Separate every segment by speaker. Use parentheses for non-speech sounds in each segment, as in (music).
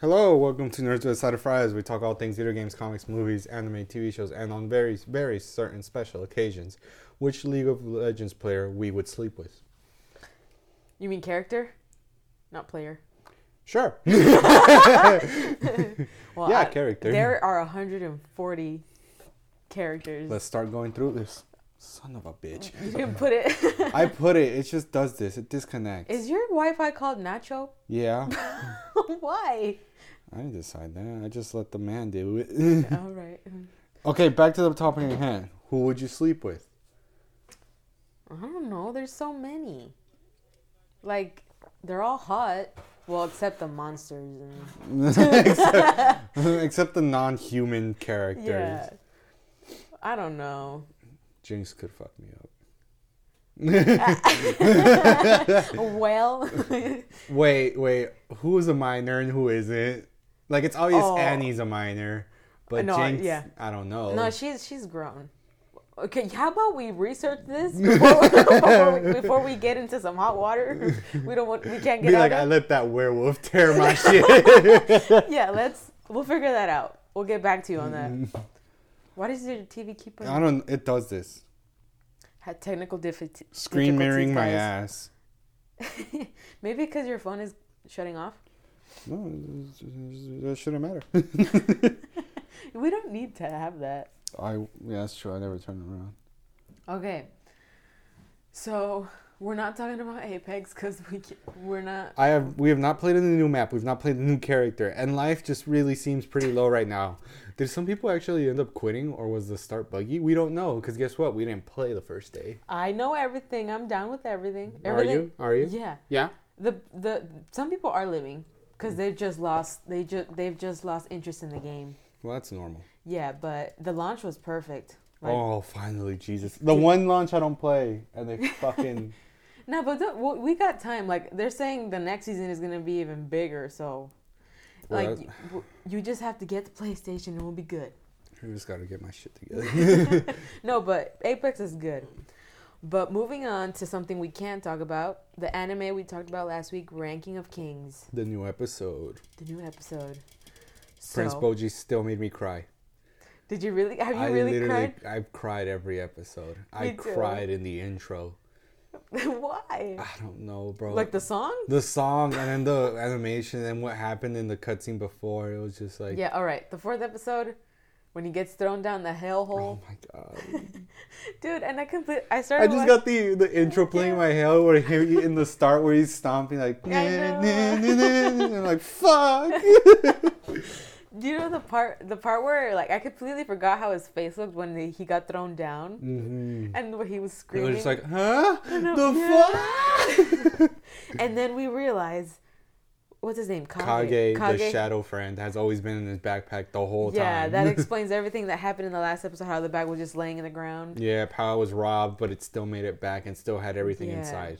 Speaker 1: Hello, welcome to Nerds with a Side of Fries. We talk all things video games, comics, movies, anime, TV shows, and on very, very certain special occasions, which League of Legends player we would sleep with.
Speaker 2: You mean character? Not player.
Speaker 1: Sure. (laughs)
Speaker 2: Well,
Speaker 1: Yeah, character.
Speaker 2: There are 140 characters.
Speaker 1: Let's start going through this. Son of a (laughs) bitch.
Speaker 2: you can put it. (laughs)
Speaker 1: I put it, it just does this. It disconnects.
Speaker 2: Is your Wi-Fi called Nacho?
Speaker 1: yeah.
Speaker 2: (laughs) Why?
Speaker 1: I didn't decide that. I just let the man do it. (laughs)
Speaker 2: All right.
Speaker 1: okay, back to the topic at hand. Who would you sleep with? (laughs)
Speaker 2: I don't know. There's so many. Like they're all hot. Well, except the monsters. And,
Speaker 1: Except the non human characters.
Speaker 2: yeah. I
Speaker 1: (laughs)
Speaker 2: don't know.
Speaker 1: Jinx could fuck me up.
Speaker 2: Well,
Speaker 1: (laughs)
Speaker 2: (laughs)
Speaker 1: Wait, wait. Who's a minor and who isn't? Like it's obvious
Speaker 2: Oh.
Speaker 1: Annie's a minor, but
Speaker 2: No,
Speaker 1: Jinx,
Speaker 2: yeah.
Speaker 1: I don't know.
Speaker 2: no, she's she's grown. Okay, how about we research this before, before, we, (laughs) before we get into some hot water? (laughs) We don't want we can't get
Speaker 1: Be
Speaker 2: out
Speaker 1: like,
Speaker 2: of
Speaker 1: I let that
Speaker 2: (laughs)
Speaker 1: werewolf tear my shit.
Speaker 2: yeah, let's we'll figure that out. We'll get back to you on that.
Speaker 1: (laughs)
Speaker 2: Why does your TV keep
Speaker 1: I
Speaker 2: on
Speaker 1: don't. It does this.
Speaker 2: had technical difficulties?
Speaker 1: Screen mirroring my
Speaker 2: guys?
Speaker 1: ass.
Speaker 2: (laughs) Maybe because your phone is shutting off.
Speaker 1: No, it- it it shouldn't matter. (laughs)
Speaker 2: We don't need to have that.
Speaker 1: I yeah, that's true. I never turn around.
Speaker 2: Okay. So we're not talking about Apex because we ca- we're not.
Speaker 1: I have. We have not played in the new map. We've not played the new character, and life just really seems pretty low right now. Did some people actually end up quitting, or was the start buggy? We don't know. Because guess what? We didn't play the first day.
Speaker 2: I know everything. I'm down with everything.
Speaker 1: Are
Speaker 2: everything
Speaker 1: you? Are you?
Speaker 2: Yeah.
Speaker 1: Yeah.
Speaker 2: The the some people are living
Speaker 1: Mm.
Speaker 2: because they've just lost they just they've just lost interest in the game.
Speaker 1: Well, that's normal.
Speaker 2: Yeah, but the launch was perfect. Like,
Speaker 1: oh, finally, Jesus! The one launch I don't play, and
Speaker 2: (laughs)
Speaker 1: they (laughs) fucking
Speaker 2: No, but the, well, we got time. Like they're saying, the next season is gonna be even bigger. So,
Speaker 1: Well,
Speaker 2: like,
Speaker 1: that-
Speaker 2: you, w- you just have to get the PlayStation, and we'll be good.
Speaker 1: I just gotta get my shit
Speaker 2: (laughs)
Speaker 1: together. (laughs)
Speaker 2: No, but Apex is good. But moving on to something we can talk about, the anime we talked about last week, Ranking of Kings,
Speaker 1: the new episode,
Speaker 2: the new episode.
Speaker 1: Prince
Speaker 2: So,
Speaker 1: Boji still made me cry.
Speaker 2: did you really? Have you
Speaker 1: I
Speaker 2: really
Speaker 1: literally,
Speaker 2: cried?
Speaker 1: I've cried every episode. I
Speaker 2: Me too.
Speaker 1: cried in the intro.
Speaker 2: (laughs) Why?
Speaker 1: I don't know, bro.
Speaker 2: Like the song?
Speaker 1: the song and then the animation and what happened in the cutscene before. It was just like,
Speaker 2: Yeah. All right. The fourth episode, when he gets thrown down the hellhole,
Speaker 1: oh my
Speaker 2: (laughs)
Speaker 1: god.
Speaker 2: dude. And I complete. I started.
Speaker 1: I just got the the intro playing in my head where him in the start where he's stomping like,
Speaker 2: (laughs) I know.
Speaker 1: and (laughs) I'm like, fuck.
Speaker 2: Do you know the part the part where like I completely forgot how his face looked when the, he got thrown down
Speaker 1: Mm-hmm.
Speaker 2: and where he was
Speaker 1: Mm. It
Speaker 2: screaming.
Speaker 1: was just like, huh? The (laughs) fuck?
Speaker 2: and then we realize what's his name?
Speaker 1: Kage, the shadow friend, has always been in his backpack the whole
Speaker 2: Yeah,
Speaker 1: time. (laughs)
Speaker 2: that explains everything that happened in the last episode. How the bag was just laying in the ground.
Speaker 1: yeah, Power was robbed, but it still made it back and still had everything
Speaker 2: Yeah.
Speaker 1: inside.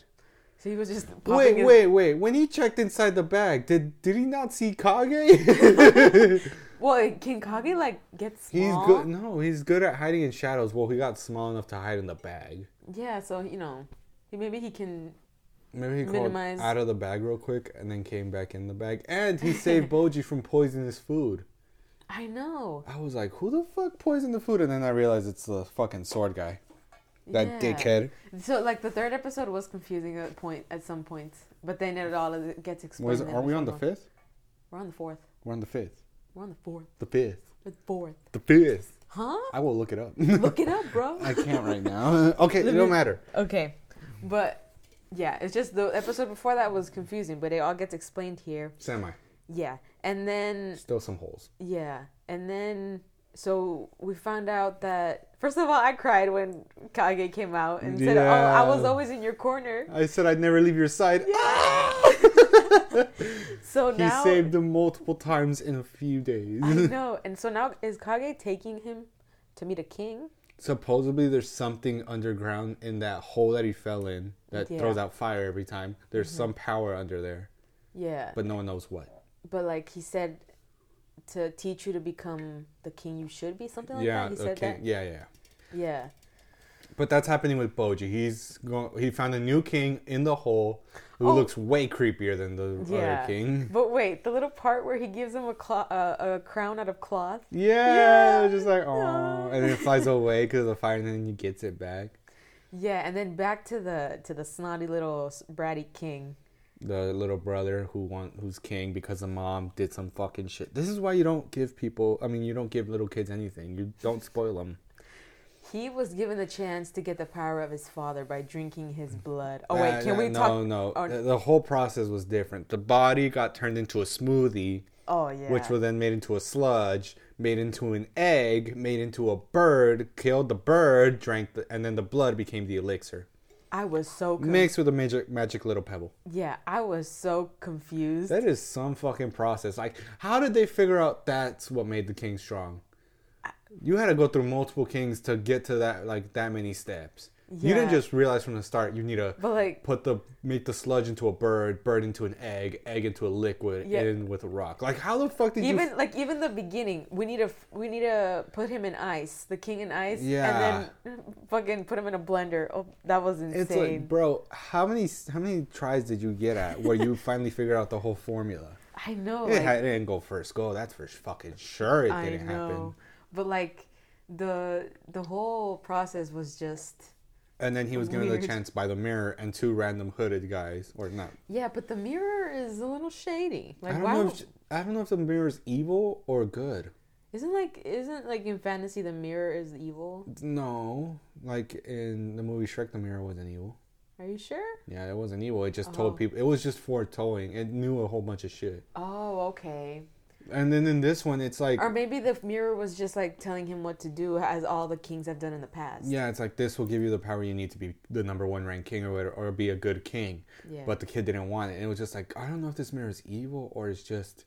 Speaker 2: So he was just popping
Speaker 1: Wait,
Speaker 2: his-
Speaker 1: wait, wait. When he checked inside the bag, did did he not see Kage? (laughs)
Speaker 2: Well, can Kage like get
Speaker 1: he's
Speaker 2: small?
Speaker 1: good. No, he's good at hiding in shadows. Well, he got small enough to hide in the bag.
Speaker 2: Yeah, so you know, he, maybe he can.
Speaker 1: Maybe he crawled
Speaker 2: Minimize.
Speaker 1: out of the bag real quick and then came back in the bag. And he saved
Speaker 2: (laughs)
Speaker 1: Boji from poisonous food.
Speaker 2: I know.
Speaker 1: I was like, who the fuck poisoned the food? And then I realized it's the fucking sword guy. That
Speaker 2: Yeah.
Speaker 1: dickhead.
Speaker 2: So like the third episode was confusing at point at some points, but then it all gets explained.
Speaker 1: Was,
Speaker 2: in
Speaker 1: are we on the
Speaker 2: final.
Speaker 1: fifth?
Speaker 2: We're on the fourth.
Speaker 1: We're on the fifth.
Speaker 2: We're on the fourth.
Speaker 1: The fifth.
Speaker 2: The fourth.
Speaker 1: The fifth.
Speaker 2: Huh?
Speaker 1: I will look it up. (laughs)
Speaker 2: Look it up, bro.
Speaker 1: I can't right now. (laughs) okay, it
Speaker 2: Let
Speaker 1: don't
Speaker 2: me-
Speaker 1: matter.
Speaker 2: okay. But yeah, it's just the episode before that was confusing, but it all gets explained here.
Speaker 1: Semi.
Speaker 2: Yeah. And then
Speaker 1: Still some holes.
Speaker 2: yeah. And then so we found out that first of all I cried when Kage came out and said,
Speaker 1: Yeah.
Speaker 2: "Oh, I was always in your corner."
Speaker 1: I said I'd never leave your side.
Speaker 2: So
Speaker 1: He
Speaker 2: now
Speaker 1: saved him multiple times in a few days. (laughs)
Speaker 2: I know. And so now is Kage taking him to meet a king?
Speaker 1: supposedly there's something underground in that hole that he fell in that
Speaker 2: Yeah.
Speaker 1: throws out fire every time. There's some power under there,
Speaker 2: Yeah.
Speaker 1: but no one knows what.
Speaker 2: but like he said to teach you to become the king you should be something like
Speaker 1: yeah,
Speaker 2: that he
Speaker 1: the
Speaker 2: said
Speaker 1: king- yeah, yeah.
Speaker 2: that yeah
Speaker 1: But that's happening with Boji. He's going. He found a new king in the hole who
Speaker 2: Oh.
Speaker 1: looks way creepier than the
Speaker 2: Yeah.
Speaker 1: other king.
Speaker 2: But wait, the little part where he gives him a, clo- uh, a crown out of cloth.
Speaker 1: (laughs) Yeah,
Speaker 2: Yeah.
Speaker 1: just like oh, and then it flies away because of the fire, and then he gets it back.
Speaker 2: Yeah, and then back to the to the snotty little s- bratty king.
Speaker 1: The little brother who want who's king because the mom did some fucking shit. This is why you don't give people. I mean, you don't give little kids anything. You don't spoil them.
Speaker 2: He was given the chance to get the power of his father by drinking his blood. Oh wait, can we
Speaker 1: Mm. Uh, no,
Speaker 2: talk?
Speaker 1: No,
Speaker 2: Oh,
Speaker 1: The- The whole process was different. The body got turned into a smoothie.
Speaker 2: oh yeah.
Speaker 1: which were then made into a sludge, made into an egg, made into a bird, killed the bird, drank, the, and then the blood became the elixir,
Speaker 2: I was so con-
Speaker 1: mixed with a magic, magic little pebble.
Speaker 2: yeah, I was so confused.
Speaker 1: That is some fucking process. Like, how did they figure out that's what made the king strong? You had to go through multiple kings to get to that, like that many steps. You didn't
Speaker 2: Yeah.
Speaker 1: just realize from the start you need to
Speaker 2: But, like-
Speaker 1: put the make the sludge into a bird, bird into an egg, egg into a liquid,
Speaker 2: Yeah.
Speaker 1: in with a rock. Like how the fuck did you
Speaker 2: even like even the beginning, we need to f- we need to put him in ice, the king in ice, and then fucking put him in a blender. Oh, that was insane.
Speaker 1: It's like, bro, how many how many tries did you get at where
Speaker 2: (laughs)
Speaker 1: you finally figured out the whole formula?
Speaker 2: I know.
Speaker 1: It,
Speaker 2: Oh, like,
Speaker 1: had, it didn't go first go. That's for fucking sure. It
Speaker 2: I
Speaker 1: didn't happen.
Speaker 2: know, but like the the whole process was just
Speaker 1: And then he was given the
Speaker 2: Weird.
Speaker 1: chance by the mirror and two random hooded guys, or not.
Speaker 2: yeah. But the mirror is a little shady.
Speaker 1: I
Speaker 2: Like
Speaker 1: don't
Speaker 2: why
Speaker 1: know.
Speaker 2: would-
Speaker 1: If, I don't know if the mirror's evil or good.
Speaker 2: isn't like isn't like in fantasy the mirror is evil?
Speaker 1: No, like in the movie Shrek, the mirror wasn't evil.
Speaker 2: Are you sure?
Speaker 1: Yeah, it wasn't evil. It just
Speaker 2: Uh-huh.
Speaker 1: told people. It was just foretowing. It knew a whole bunch of shit.
Speaker 2: Oh, okay.
Speaker 1: And then in this one, it's like
Speaker 2: Or maybe the mirror was just like telling him what to do, as all the kings have done in the past.
Speaker 1: Yeah, it's like this will give you the power you need to be the number one ranked king or whatever, or be a good king.
Speaker 2: Yeah.
Speaker 1: But the kid didn't want it, and it was just like I don't know if this mirror is evil or it's just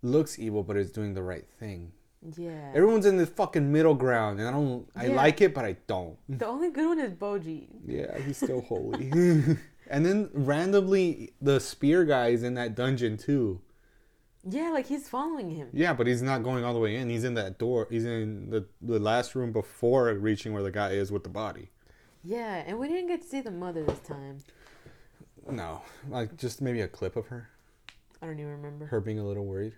Speaker 1: looks evil, but it's doing the right thing.
Speaker 2: Yeah.
Speaker 1: Everyone's in the fucking middle ground, and I don't. I
Speaker 2: Yeah.
Speaker 1: like it, but I don't.
Speaker 2: The only good one is Boji.
Speaker 1: Yeah, he's still holy. (laughs) and then randomly, the spear guy is in that dungeon too.
Speaker 2: Yeah, like he's following him.
Speaker 1: Yeah, but he's not going all the way in. He's in that door. He's in the the last room before reaching where the guy is with the body.
Speaker 2: Yeah, and we didn't get to see the mother this time.
Speaker 1: No, like just maybe a clip of her.
Speaker 2: I don't even remember.
Speaker 1: her being a little
Speaker 2: (laughs)
Speaker 1: worried.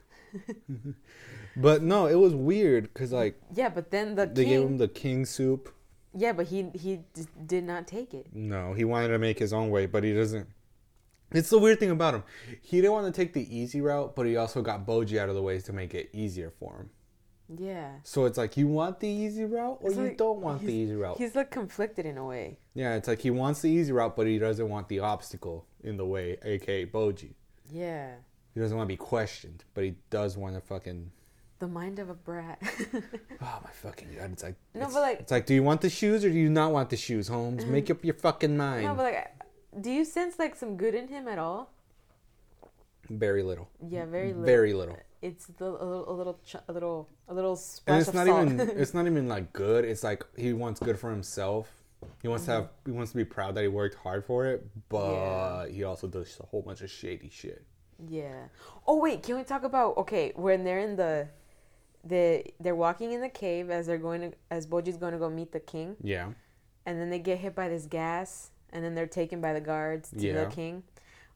Speaker 1: but no, it was weird because like
Speaker 2: Yeah, but then the
Speaker 1: they
Speaker 2: king.
Speaker 1: gave him the king soup.
Speaker 2: yeah, but he he d- did not take it.
Speaker 1: No, he wanted to make his own way, but he doesn't. It's the weird thing about him. He didn't want to take the easy route, but he also got Boji out of the way to make it easier for him.
Speaker 2: Yeah.
Speaker 1: So it's like you want the easy route or
Speaker 2: It's
Speaker 1: you
Speaker 2: like
Speaker 1: don't want the
Speaker 2: he's-
Speaker 1: easy route.
Speaker 2: He's like conflicted in a way.
Speaker 1: Yeah, it's like he wants the easy route, but he doesn't want the obstacle in the way, aka Boji.
Speaker 2: Yeah.
Speaker 1: He doesn't want to be questioned, but he does want to fucking
Speaker 2: The mind of a brat. (laughs)
Speaker 1: Oh my fucking god! It's like
Speaker 2: No,
Speaker 1: it's-
Speaker 2: but, like- Uh-huh.
Speaker 1: it's like, do you want the shoes or do you not want the shoes, Holmes? Make up your fucking mind.
Speaker 2: no, but like, do you sense like some good in him at all?
Speaker 1: very little,
Speaker 2: Yeah, very little.
Speaker 1: very little.
Speaker 2: It's the, a little, a little, ch- a little, a little splash
Speaker 1: And it's
Speaker 2: of
Speaker 1: not
Speaker 2: salt.
Speaker 1: even
Speaker 2: (laughs)
Speaker 1: it's not even like good. It's like he wants good for himself. He wants to have he wants to be proud that he worked hard for it, but he also does a whole bunch of shady shit.
Speaker 2: yeah. Oh wait, can we talk about okay when they're in the, the they're walking in the cave as they're going to as Boji's going to go meet the king,
Speaker 1: Yeah,
Speaker 2: and then they get hit by this gas, and then they're taken by the guards to
Speaker 1: Yeah.
Speaker 2: the king.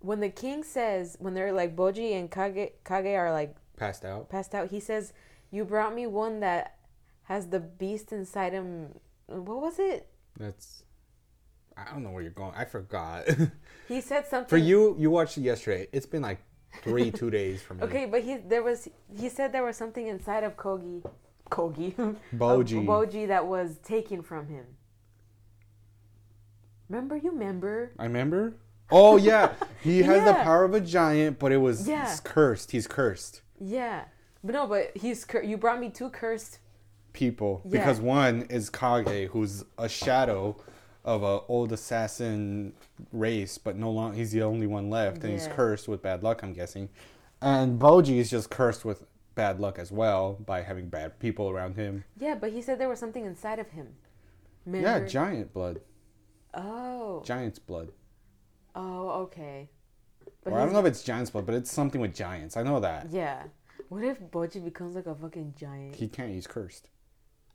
Speaker 2: When the king says, when they're like Boji and Kage Kage are like
Speaker 1: passed out.
Speaker 2: passed out, he says, "You brought me one that has the beast inside him." What was it?
Speaker 1: That's I don't know where you're going. I forgot. (laughs)
Speaker 2: He said something
Speaker 1: for you, you watched it yesterday. It's been like three two days for me.
Speaker 2: (laughs) Okay, but he there was he said there was something inside of Kogi, Kogi, (laughs) of
Speaker 1: Boji.
Speaker 2: Boji that was taken from him. Remember, you remember?
Speaker 1: I remember. Oh yeah,
Speaker 2: (laughs)
Speaker 1: he has the
Speaker 2: Yeah.
Speaker 1: power of a giant, but it was
Speaker 2: Yeah.
Speaker 1: he's cursed. He's cursed
Speaker 2: Yeah, but no, but he's cur- you brought me two cursed.
Speaker 1: people
Speaker 2: Yeah.
Speaker 1: because one is Kage, who's a shadow of a old assassin race, but no longer he's the only one left, and he's
Speaker 2: Yeah.
Speaker 1: cursed with bad luck. I'm guessing, and Boji is just cursed with bad luck as well by having bad people around him.
Speaker 2: Yeah, but he said there was something inside of him.
Speaker 1: Yeah,
Speaker 2: Remember?
Speaker 1: giant blood,
Speaker 2: oh,
Speaker 1: giant's blood.
Speaker 2: oh, okay. But
Speaker 1: Or I
Speaker 2: he's-
Speaker 1: don't know if it's giant's blood, but it's something with giants. I know that
Speaker 2: Yeah. What if Boji becomes like a fucking giant?
Speaker 1: he can't. He's cursed.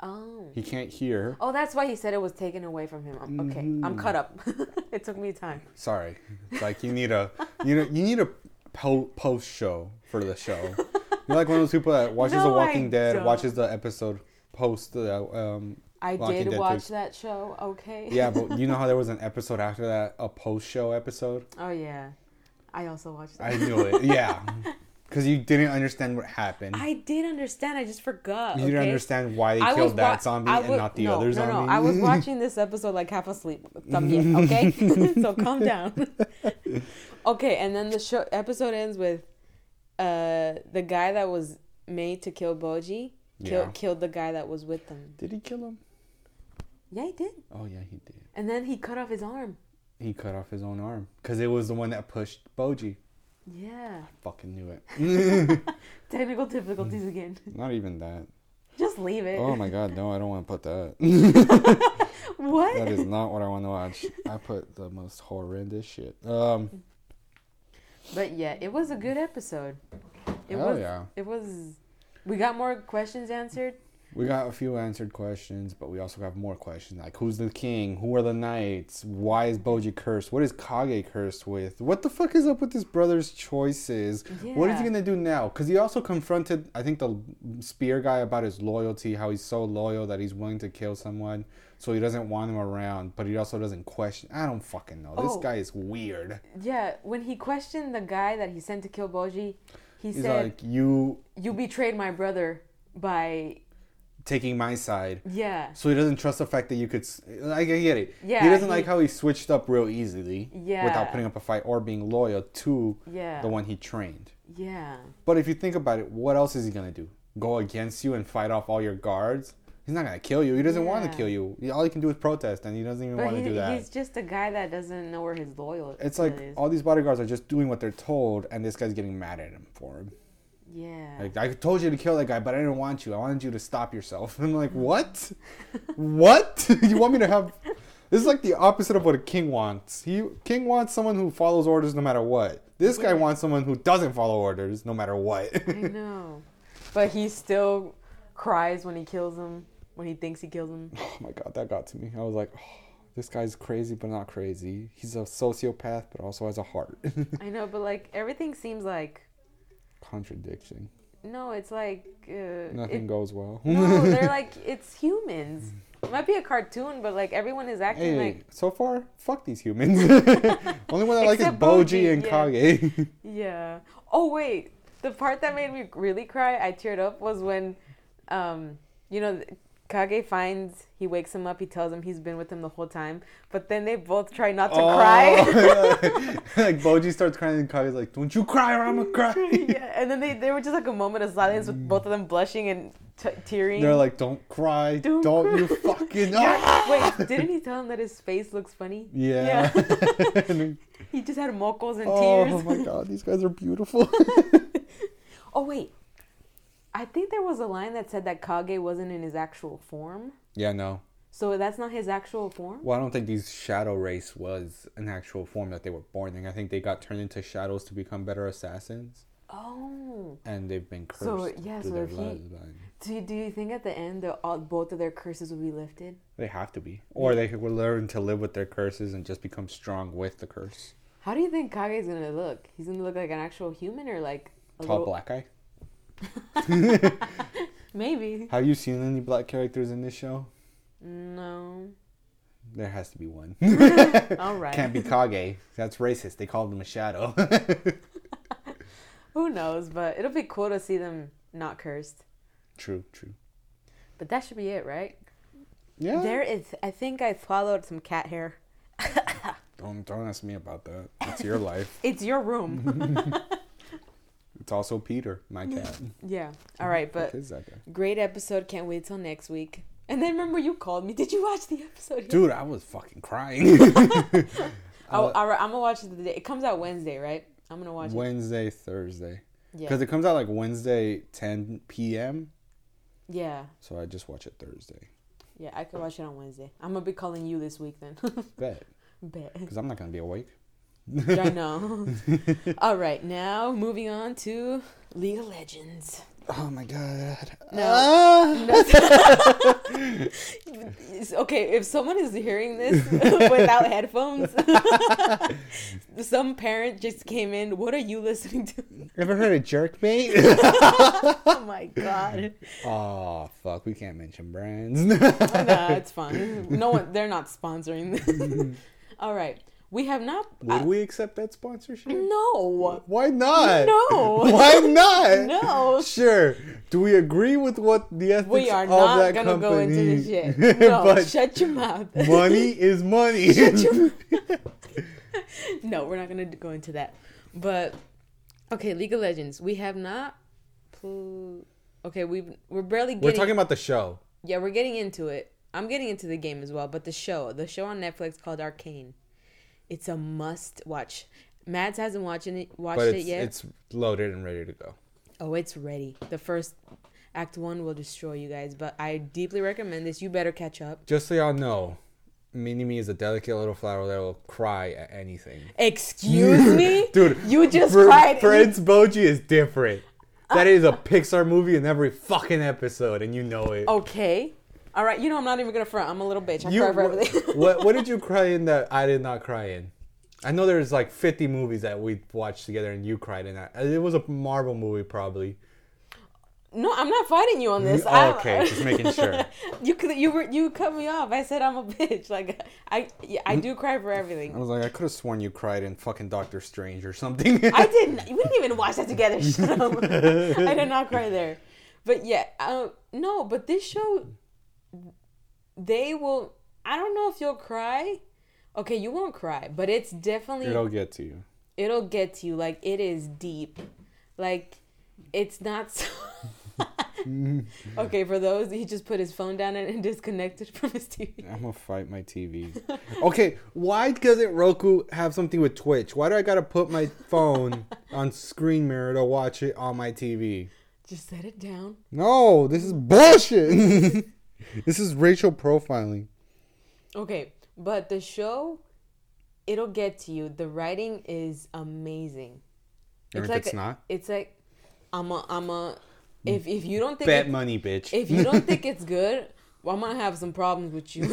Speaker 2: Oh.
Speaker 1: He can't hear.
Speaker 2: Oh, that's why he said it was taken away from him. Um, Okay, I'm
Speaker 1: Mhm.
Speaker 2: caught up. (laughs) it took me time.
Speaker 1: Sorry, it's like you need a you know you need a po- post show for the show. You're like one of those people that watches
Speaker 2: No,
Speaker 1: The
Speaker 2: I
Speaker 1: Walking Dead,
Speaker 2: don't.
Speaker 1: watches the episode post the um.
Speaker 2: I
Speaker 1: Walking
Speaker 2: did
Speaker 1: Dead
Speaker 2: watch
Speaker 1: takes-
Speaker 2: that show. Okay.
Speaker 1: Yeah, but you know how there was an episode after that, a post show episode.
Speaker 2: (laughs) Oh yeah, I also watched that.
Speaker 1: I knew it. (laughs) Yeah, because you didn't understand what happened.
Speaker 2: (laughs) I did understand. I just forgot.
Speaker 1: you didn't
Speaker 2: okay?
Speaker 1: understand why they
Speaker 2: I
Speaker 1: killed
Speaker 2: was
Speaker 1: that
Speaker 2: wa-
Speaker 1: zombie
Speaker 2: I
Speaker 1: and
Speaker 2: wa-
Speaker 1: not the
Speaker 2: no,
Speaker 1: other
Speaker 2: no,
Speaker 1: zombie.
Speaker 2: No,
Speaker 1: (laughs)
Speaker 2: I was watching this episode like half asleep. También, okay, (laughs) so calm down. okay, and then the show episode ends with uh, the guy that was made to kill Boji kill,
Speaker 1: Yeah.
Speaker 2: killed the guy that was with them.
Speaker 1: Did he kill him?
Speaker 2: Yeah, he did.
Speaker 1: Oh yeah, he did.
Speaker 2: And then he cut off his arm.
Speaker 1: He cut off his own arm because it was the one that pushed Boji.
Speaker 2: Yeah.
Speaker 1: Fucking knew it.
Speaker 2: Technical difficulties again. (laughs)
Speaker 1: Not even that.
Speaker 2: Just leave it.
Speaker 1: Mm. Oh my god, no, I don't want to put that. (laughs)
Speaker 2: What?
Speaker 1: that is not what I want to watch. I put the most horrendous shit. Um,
Speaker 2: But yeah, it was a good episode. It
Speaker 1: Hell
Speaker 2: was,
Speaker 1: yeah.
Speaker 2: It was. We got more questions answered.
Speaker 1: we got a few answered questions, but we also have more questions like who's the king? Who are the knights? Why is Boji cursed? What is Kage cursed with? What the fuck is up with his brother's choices? What is he
Speaker 2: Yeah.
Speaker 1: gonna do now? Because he also confronted, I think, the spear guy about his loyalty, how he's so loyal that he's willing to kill someone. So he doesn't want him around, but he also doesn't question. I don't fucking know. This
Speaker 2: Oh.
Speaker 1: guy is weird.
Speaker 2: Yeah, when he questioned the guy that he sent to kill Boji, he
Speaker 1: He's
Speaker 2: said,
Speaker 1: like, you
Speaker 2: "You betrayed my brother by
Speaker 1: taking my side.
Speaker 2: yeah,
Speaker 1: So he doesn't trust the fact that you could. s- Like, I get it.
Speaker 2: Yeah,
Speaker 1: He doesn't
Speaker 2: he-
Speaker 1: like how he switched up real easily.
Speaker 2: Yeah.
Speaker 1: Without putting up a fight or being loyal to
Speaker 2: Yeah.
Speaker 1: the one he trained.
Speaker 2: yeah."
Speaker 1: But if you think about it, what else is he gonna do? Go against you and fight off all your guards? He's not gonna kill you. He doesn't want
Speaker 2: Yeah.
Speaker 1: to kill you. He- All he can do is protest, and he doesn't even
Speaker 2: But
Speaker 1: want
Speaker 2: he,
Speaker 1: to do that.
Speaker 2: he's just a guy that doesn't know where his loyal.
Speaker 1: It's like
Speaker 2: is.
Speaker 1: all these bodyguards are just doing what they're told, and this guy's getting mad at him for him.
Speaker 2: yeah,
Speaker 1: Like I told you to kill that guy, but I didn't want you. I wanted you to stop yourself. (laughs) I'm like, what? what? (laughs) you want me to have? This is like the opposite of what a king wants. He king wants someone who follows orders no matter what. This guy
Speaker 2: Yeah.
Speaker 1: wants someone who doesn't follow orders no matter what. (laughs)
Speaker 2: I know. But he still cries when he kills him. When he thinks he
Speaker 1: (laughs)
Speaker 2: kills him.
Speaker 1: oh my god, that got to me. I was like, oh, this guy's crazy but not crazy. He's a sociopath but also has a heart. (laughs)
Speaker 2: I know, but like everything seems like
Speaker 1: Contradiction.
Speaker 2: no. It's like uh,
Speaker 1: Nothing
Speaker 2: it-
Speaker 1: goes well. (laughs)
Speaker 2: No, they're like it's humans. It might be a cartoon, but like everyone is acting
Speaker 1: Hey,
Speaker 2: like
Speaker 1: so far, fuck these humans. (laughs) Only one I like is
Speaker 2: Except
Speaker 1: Boji
Speaker 2: Boji,
Speaker 1: and
Speaker 2: yeah.
Speaker 1: Kage. (laughs)
Speaker 2: yeah. Oh wait, the part that made me really cry, I teared up, was when, um, you know, Kage finds he wakes him up. He tells him he's been with him the whole time, but then they both try not to cry.
Speaker 1: Oh. (laughs)
Speaker 2: (laughs)
Speaker 1: like Boji starts crying and Kage's like, "Don't you cry or I'm gonna cry."
Speaker 2: (laughs) yeah, and then they there were just like a moment of silence with both of them blushing and t- tearing.
Speaker 1: They're like, "Don't cry,
Speaker 2: Don't
Speaker 1: don't,
Speaker 2: cry." (laughs)
Speaker 1: you fucking." Ah!
Speaker 2: Wait, didn't he tell him that his face looks funny?
Speaker 1: Yeah. (laughs)
Speaker 2: he just had mocos and
Speaker 1: oh
Speaker 2: (laughs) tears.
Speaker 1: my god, these guys are beautiful. (laughs)
Speaker 2: Oh wait. I think there was a line that said that Kage wasn't in his actual form.
Speaker 1: yeah, no.
Speaker 2: So that's not his actual form?
Speaker 1: Well, I don't think these shadow race was an actual form that they were born in. I think they got turned into shadows to become better assassins,
Speaker 2: Oh.
Speaker 1: and they've been cursed
Speaker 2: So, yeah,
Speaker 1: through
Speaker 2: so
Speaker 1: their
Speaker 2: if he-
Speaker 1: bloodline.
Speaker 2: Do you, do you think at the end the, all, both of their curses will be lifted?
Speaker 1: They have to be, or they will learn to live with their curses and just become strong with the curse.
Speaker 2: How do you think Kage's gonna look? He's gonna look like an actual human or like a
Speaker 1: Tall
Speaker 2: little-
Speaker 1: black guy.
Speaker 2: Maybe.
Speaker 1: Have you seen any black characters in this show?
Speaker 2: No.
Speaker 1: There has to be one. (laughs)
Speaker 2: All right.
Speaker 1: Can't be Kage. That's racist. They called him a shadow. (laughs)
Speaker 2: Who knows? But it'll be cool to see them not cursed.
Speaker 1: true, true.
Speaker 2: But that should be it, right?
Speaker 1: Yeah.
Speaker 2: There is. I think I swallowed some cat hair.
Speaker 1: Don't don't ask me about that. It's your life.
Speaker 2: It's
Speaker 1: (laughs)
Speaker 2: your room. (laughs)
Speaker 1: It's also Peter, my cat.
Speaker 2: yeah. All right, but
Speaker 1: What is that guy?
Speaker 2: Great episode. Can't wait till next week. And then remember, you called me. Did you watch the episode?
Speaker 1: Dude, uh, I was fucking crying.
Speaker 2: Oh, all right, I'm gonna watch it today. It comes out Wednesday, right? I'm gonna watch
Speaker 1: (laughs)
Speaker 2: it.
Speaker 1: Wednesday, Thursday.
Speaker 2: Yeah.
Speaker 1: Because it comes out like Wednesday, 10 p.m.
Speaker 2: yeah,
Speaker 1: So I just watch it Thursday.
Speaker 2: yeah. I could watch it on Wednesday. I'm gonna be calling you this week then. (laughs)
Speaker 1: Bet.
Speaker 2: Bet.
Speaker 1: (laughs) Because I'm not going to be awake.
Speaker 2: I know. (laughs) All right, now moving on to League of
Speaker 1: (laughs)
Speaker 2: Legends.
Speaker 1: Oh my god.
Speaker 2: No.
Speaker 1: Ah!
Speaker 2: It's- okay, if someone is hearing this (laughs) without headphones, (laughs) some parent just came in. What are you listening to? (laughs)
Speaker 1: Ever heard of jerk bait? (laughs)
Speaker 2: Oh my god!
Speaker 1: oh fuck, we can't mention brands. (laughs)
Speaker 2: nah, it's fine. No one, they're not sponsoring this. All right, we have not. uh,
Speaker 1: Would we accept that sponsorship?
Speaker 2: no,
Speaker 1: Why not?
Speaker 2: no,
Speaker 1: (laughs) Why not?
Speaker 2: no.
Speaker 1: Sure. Do we agree with what the ethics
Speaker 2: We are
Speaker 1: of
Speaker 2: not
Speaker 1: that
Speaker 2: gonna
Speaker 1: company?
Speaker 2: go
Speaker 1: (laughs)
Speaker 2: into this shit. No,
Speaker 1: but
Speaker 2: shut your mouth. (laughs)
Speaker 1: money is money.
Speaker 2: No, we're not gonna go into that. But okay, League of Legends. We have not. Pl- okay, we have we're barely getting.
Speaker 1: We're talking about the show.
Speaker 2: yeah, we're getting into it. I'm getting into the game as well, but the show, the show on Netflix called Arcane. It's a must watch. Mads hasn't watched it watched
Speaker 1: But
Speaker 2: it
Speaker 1: it's,
Speaker 2: yet.
Speaker 1: it's loaded and ready to go.
Speaker 2: Oh, it's ready. The first act one will destroy you guys, but I deeply recommend this. You better catch up.
Speaker 1: Just so y'all know, Mini Me is a delicate little flower that will cry at anything. (laughs)
Speaker 2: Excuse me,
Speaker 1: Dude,
Speaker 2: You Uh, just
Speaker 1: Fr-
Speaker 2: cried.
Speaker 1: Prince Boji is different. That is a Pixar movie in every fucking episode, and you know it.
Speaker 2: Okay. All right. You know I'm not even gonna front. I'm a little bitch. I
Speaker 1: you,
Speaker 2: cry for
Speaker 1: wh-
Speaker 2: everything.
Speaker 1: (laughs) what, what did
Speaker 2: (laughs)
Speaker 1: you cry in that I did not cry in? I know there's like 50 movies that we watched together, and you cried in that. Uh, It was a Marvel movie, probably.
Speaker 2: No, I'm not fighting you on this. I-
Speaker 1: Okay, just making sure.
Speaker 2: (laughs) you could, you were you cut me off. I said I'm a bitch. Like I yeah, I
Speaker 1: Mm.
Speaker 2: do cry for
Speaker 1: I
Speaker 2: everything.
Speaker 1: was like, I could have sworn you cried in fucking Doctor Strange or (laughs) something.
Speaker 2: I didn't. We didn't even watch that together.
Speaker 1: (laughs)
Speaker 2: Shut up. I did not cry there. But yeah, uh, no. But this show, they will. I don't know if you'll cry. Okay, you won't cry, but it's definitely
Speaker 1: It'll get to you.
Speaker 2: it'll get to you. Like it is deep. Like it's not so (laughs) Okay, for those he just put his phone down and, and disconnected from his TV.
Speaker 1: I'm gonna fight my TV. (laughs) Okay, why doesn't Roku have something with Twitch? Why do I gotta put
Speaker 2: (laughs)
Speaker 1: my phone on screen mirror to watch it on my TV?
Speaker 2: Just set it down.
Speaker 1: No, this is bullshit. (laughs) this is racial profiling.
Speaker 2: Okay, but the show it'll get to you. The writing is amazing.
Speaker 1: Or if
Speaker 2: like
Speaker 1: it's
Speaker 2: a-
Speaker 1: not?
Speaker 2: It's like I'm a I'm a if if you don't think
Speaker 1: Bet
Speaker 2: it-
Speaker 1: money, bitch.
Speaker 2: if you don't think it's good, well, I'm gonna have some problems with you.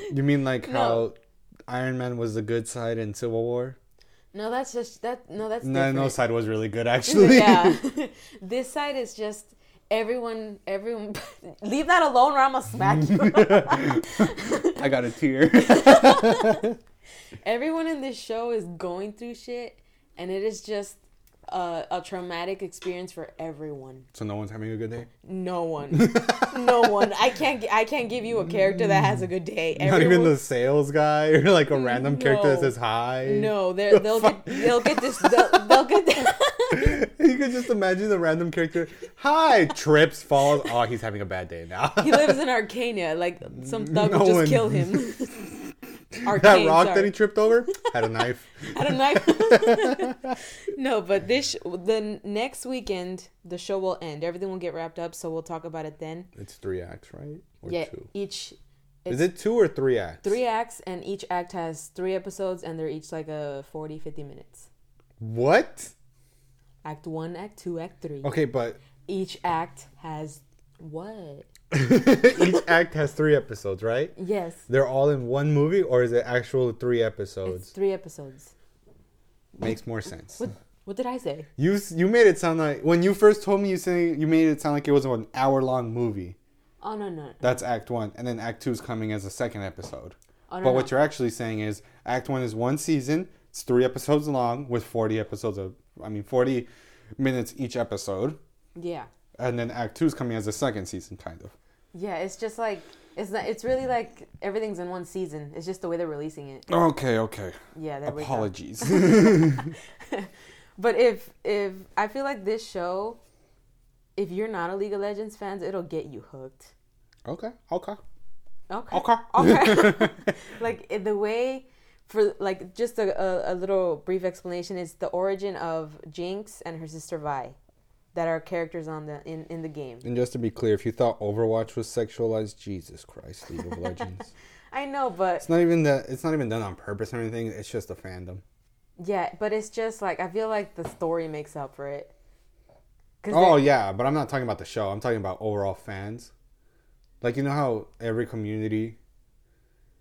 Speaker 2: (laughs)
Speaker 1: you mean like
Speaker 2: No.
Speaker 1: how Iron Man was the good side in Civil War?
Speaker 2: no, that's just that. No, that's
Speaker 1: No,
Speaker 2: different.
Speaker 1: no side was really
Speaker 2: (laughs)
Speaker 1: good actually.
Speaker 2: yeah. this side is just everyone, everyone. (laughs) Leave that alone, or I'm gonna smack
Speaker 1: (laughs)
Speaker 2: you.
Speaker 1: I got a
Speaker 2: (laughs)
Speaker 1: tear.
Speaker 2: everyone in this show is going through shit, and it is just a, a traumatic experience for everyone.
Speaker 1: so no one's having a good day.
Speaker 2: No one,
Speaker 1: (laughs)
Speaker 2: no one. I can't. gi- I can't give you a character that has a good day. Everyone,
Speaker 1: Not even the sales guy or like a random character that
Speaker 2: No.
Speaker 1: says hi.
Speaker 2: No, they're- they'll get, they'll get this. They'll, they'll get.
Speaker 1: (laughs) you could just imagine the random character. Hi, trips, falls. Oh, he's having a bad day
Speaker 2: (laughs)
Speaker 1: now.
Speaker 2: (laughs)
Speaker 1: (laughs)
Speaker 2: he lives in Arcania. Like some thug
Speaker 1: No
Speaker 2: will just
Speaker 1: one- (laughs)
Speaker 2: kill him.
Speaker 1: that
Speaker 2: Arcane,
Speaker 1: rock
Speaker 2: sorry.
Speaker 1: that he tripped
Speaker 2: (laughs)
Speaker 1: over had a knife.
Speaker 2: I don't know. (laughs) no, but this the next weekend the show will end. Everything will get wrapped up, so we'll talk about it then.
Speaker 1: It's three acts, right? Or
Speaker 2: yeah,
Speaker 1: two?
Speaker 2: each
Speaker 1: Is it two or three acts?
Speaker 2: three acts and each act has three episodes and they're each like a 40 50 minutes.
Speaker 1: What?
Speaker 2: Act 1, act 2, act 3.
Speaker 1: Okay, but (laughs)
Speaker 2: Each act has what?
Speaker 1: each act has three episodes, right?
Speaker 2: Yes.
Speaker 1: They're all in one movie, or is it actual three
Speaker 2: It's
Speaker 1: episodes?
Speaker 2: three episodes.
Speaker 1: Makes more sense.
Speaker 2: What what did I say?
Speaker 1: You s- you made it sound like when you first told me you say you made it sound like it was an hour long movie.
Speaker 2: Oh no no.
Speaker 1: That's Act One, and then Act Two is coming as a second episode.
Speaker 2: Oh, no,
Speaker 1: but
Speaker 2: no.
Speaker 1: what you're actually saying is Act One is one season. It's three episodes long with 40 episodes of, I mean, 40 minutes each episode,
Speaker 2: Yeah.
Speaker 1: and then Act Two is coming as a second season, kind of.
Speaker 2: Yeah, it's just like it's not it's really like everything's in one season. It's just the way they're releasing it.
Speaker 1: Okay, okay.
Speaker 2: Yeah, there we go.
Speaker 1: Apologies.
Speaker 2: But if if I feel like this show, if you're not a League of Legends fans, it'll get you hooked.
Speaker 1: (laughs) okay, okay.
Speaker 2: Okay.
Speaker 1: Okay. (laughs)
Speaker 2: Okay. (laughs) like i- the way for like just a, a, a little brief explanation is the origin of Jinx and her sister Vi, that are characters on the in in the game.
Speaker 1: And just to be clear, if you thought Overwatch was sexualized, Jesus Christ, League of Legends. (laughs)
Speaker 2: I know, but
Speaker 1: It's not even that. It's not even done on purpose or anything. It's just a fandom.
Speaker 2: yeah, but it's just like I feel like the story makes up for it. 'Cause
Speaker 1: Oh
Speaker 2: they-
Speaker 1: yeah, but I'm not talking about the show. I'm talking about overall fans. Like you know how every community,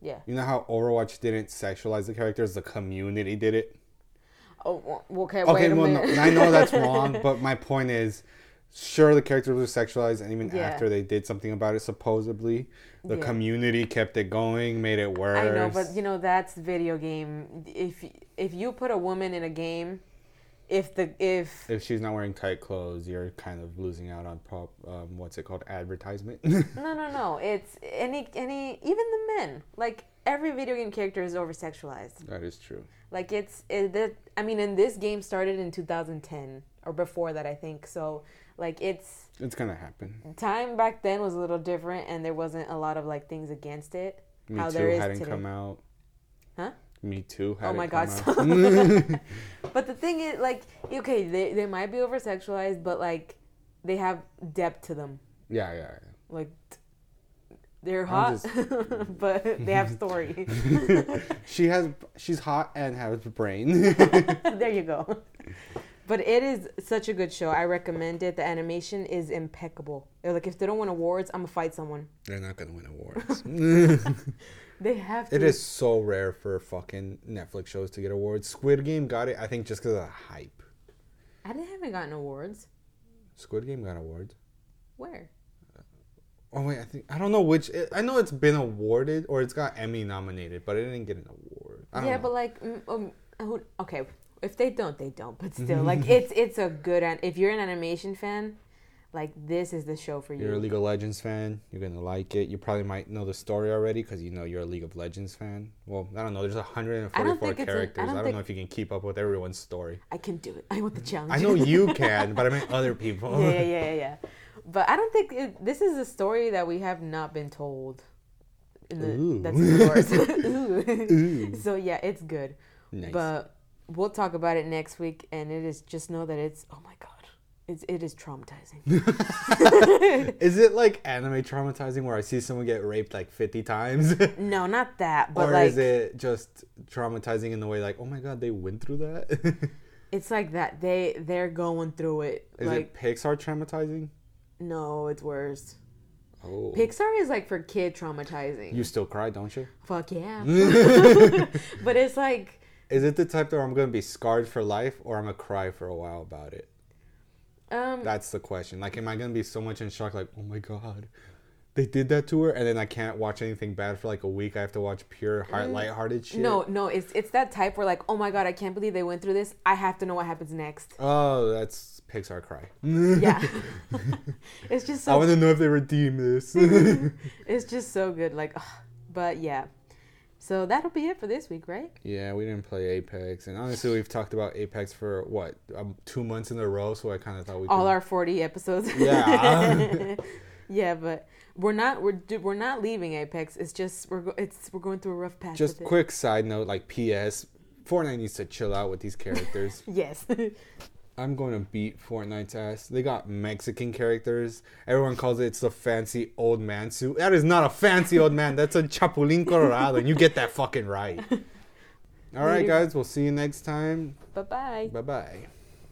Speaker 2: yeah.
Speaker 1: you know how Overwatch didn't sexualize the characters. The community did it.
Speaker 2: Oh, w- okay.
Speaker 1: Okay,
Speaker 2: wait a
Speaker 1: well, no,
Speaker 2: minute.
Speaker 1: I know
Speaker 2: (laughs)
Speaker 1: that's wrong, but my point is, sure the characters were sexualized, and even
Speaker 2: Yeah.
Speaker 1: after they did something about it, supposedly, the
Speaker 2: Yeah.
Speaker 1: community kept it going, made it worse.
Speaker 2: I know, but you know that's video game. If if you put a woman in a game, if the if
Speaker 1: if she's not wearing tight clothes, you're kind of losing out on pop. Um, what's it called? Advertisement. (laughs)
Speaker 2: no no no, it's any any even the men like every video game character is over sexualized.
Speaker 1: that is true.
Speaker 2: Like it's it, that I mean, and this game started in 2010 or before that, I think. So like it's
Speaker 1: It's gonna happen.
Speaker 2: time back then was a little different, and there wasn't a lot of like things against it.
Speaker 1: Me
Speaker 2: how
Speaker 1: too
Speaker 2: there is
Speaker 1: hadn't
Speaker 2: today.
Speaker 1: come out.
Speaker 2: Huh?
Speaker 1: Me too.
Speaker 2: Oh
Speaker 1: Hadn't
Speaker 2: my
Speaker 1: come
Speaker 2: god!
Speaker 1: out.
Speaker 2: (laughs) so- but the thing is, like, okay, they they might be over sexualized, but like, they have depth to them.
Speaker 1: (laughs) Yeah, yeah. yeah.
Speaker 2: Like, t- they're
Speaker 1: I'm
Speaker 2: hot, (laughs) but they have story.
Speaker 1: (laughs) She has. She's hot and has a brain. (laughs)
Speaker 2: there you go. But it is such a good show. I recommend it. The animation is impeccable. They're like, if they don't win awards, I'm gonna fight someone.
Speaker 1: They're not gonna win awards. (laughs)
Speaker 2: They have to.
Speaker 1: It is so rare for fucking Netflix shows to get awards. Squid Game got it, I think, just because of the hype.
Speaker 2: I didn't- haven't gotten awards.
Speaker 1: Squid Game got awards.
Speaker 2: Where?
Speaker 1: Oh wait, I think I don't know which. It, I know it's been awarded or it's got Emmy nominated, but it didn't get an award. I don't
Speaker 2: yeah,
Speaker 1: know.
Speaker 2: but like, mm, um, who- okay, if they don't, they don't.
Speaker 1: (laughs)
Speaker 2: But still, like, it's it's a good. An- if you're an animation fan, like this is the show for
Speaker 1: you're a
Speaker 2: you.
Speaker 1: League of Legends fan. You're gonna like it. You probably might know the story already because you know you're a League of Legends fan. Well, I don't know. There's 144
Speaker 2: think it's a- I
Speaker 1: characters. I
Speaker 2: don't
Speaker 1: don't,
Speaker 2: think-
Speaker 1: know if you can keep up with everyone's story.
Speaker 2: I can do it. I want the challenge. (laughs)
Speaker 1: I know you can, but I mean other people.
Speaker 2: yeah, yeah, yeah, yeah, yeah. But I don't think it, this is a story that we have not been told. In the,
Speaker 1: Ooh.
Speaker 2: That's in
Speaker 1: (laughs)
Speaker 2: the words. Ooh.
Speaker 1: Ooh.
Speaker 2: So yeah, it's good.
Speaker 1: Nice.
Speaker 2: But we'll talk about it next week, and it is just know that it's oh my god, it's it is traumatizing.
Speaker 1: (laughs) Is it like anime traumatizing where I see someone get raped like 50 times? (laughs)
Speaker 2: No, not that. But
Speaker 1: or
Speaker 2: like,
Speaker 1: is it just traumatizing in the way like, oh my god, they went through that? (laughs) is
Speaker 2: it's like that. They they're going through it.
Speaker 1: it
Speaker 2: like,
Speaker 1: Pixar traumatizing?
Speaker 2: no, it's worse.
Speaker 1: Oh.
Speaker 2: Pixar is like for kid traumatizing.
Speaker 1: you still cry, don't you? (laughs)
Speaker 2: Fuck yeah. (laughs) but it's like
Speaker 1: Is it the type that I'm going to be scarred for life or I'm going to cry for a while about it?
Speaker 2: um
Speaker 1: That's the question. Like, am I going to be so much in shock, like, oh my god, they did that to her? And then I can't watch anything bad for like a week. I have to watch pure, heart, lighthearted shit.
Speaker 2: Mm, no no it's it's that type where like oh my god I can't believe they went through this. I have to know what happens
Speaker 1: (laughs)
Speaker 2: next.
Speaker 1: Oh, that's Pixar cry.
Speaker 2: Yeah. (laughs) it's just
Speaker 1: I
Speaker 2: so
Speaker 1: want to know if they redeem
Speaker 2: (laughs)
Speaker 1: this.
Speaker 2: it's just so good like ugh. but yeah. So that'll be it for this week, right?
Speaker 1: Yeah, we didn't play Apex, and honestly, we've talked about Apex for what um, two months in a row. So I kind of thought we
Speaker 2: All
Speaker 1: could-
Speaker 2: our 40 episodes.
Speaker 1: yeah.
Speaker 2: (laughs) Yeah, but we're not we're do- we're not leaving Apex. It's just we're go- it's we're going through a rough patch.
Speaker 1: Just
Speaker 2: with it.
Speaker 1: quick side note, like P.S. Fortnite needs to chill out with these characters.
Speaker 2: Yes. (laughs)
Speaker 1: I'm going to beat Fortnite's ass. They got Mexican characters. Everyone calls it it's a fancy old man suit. That is not a fancy old man. That's a Chapulín Colorado, and you get that fucking right. All right, guys. We'll see you next time.
Speaker 2: bye bye.
Speaker 1: Bye bye.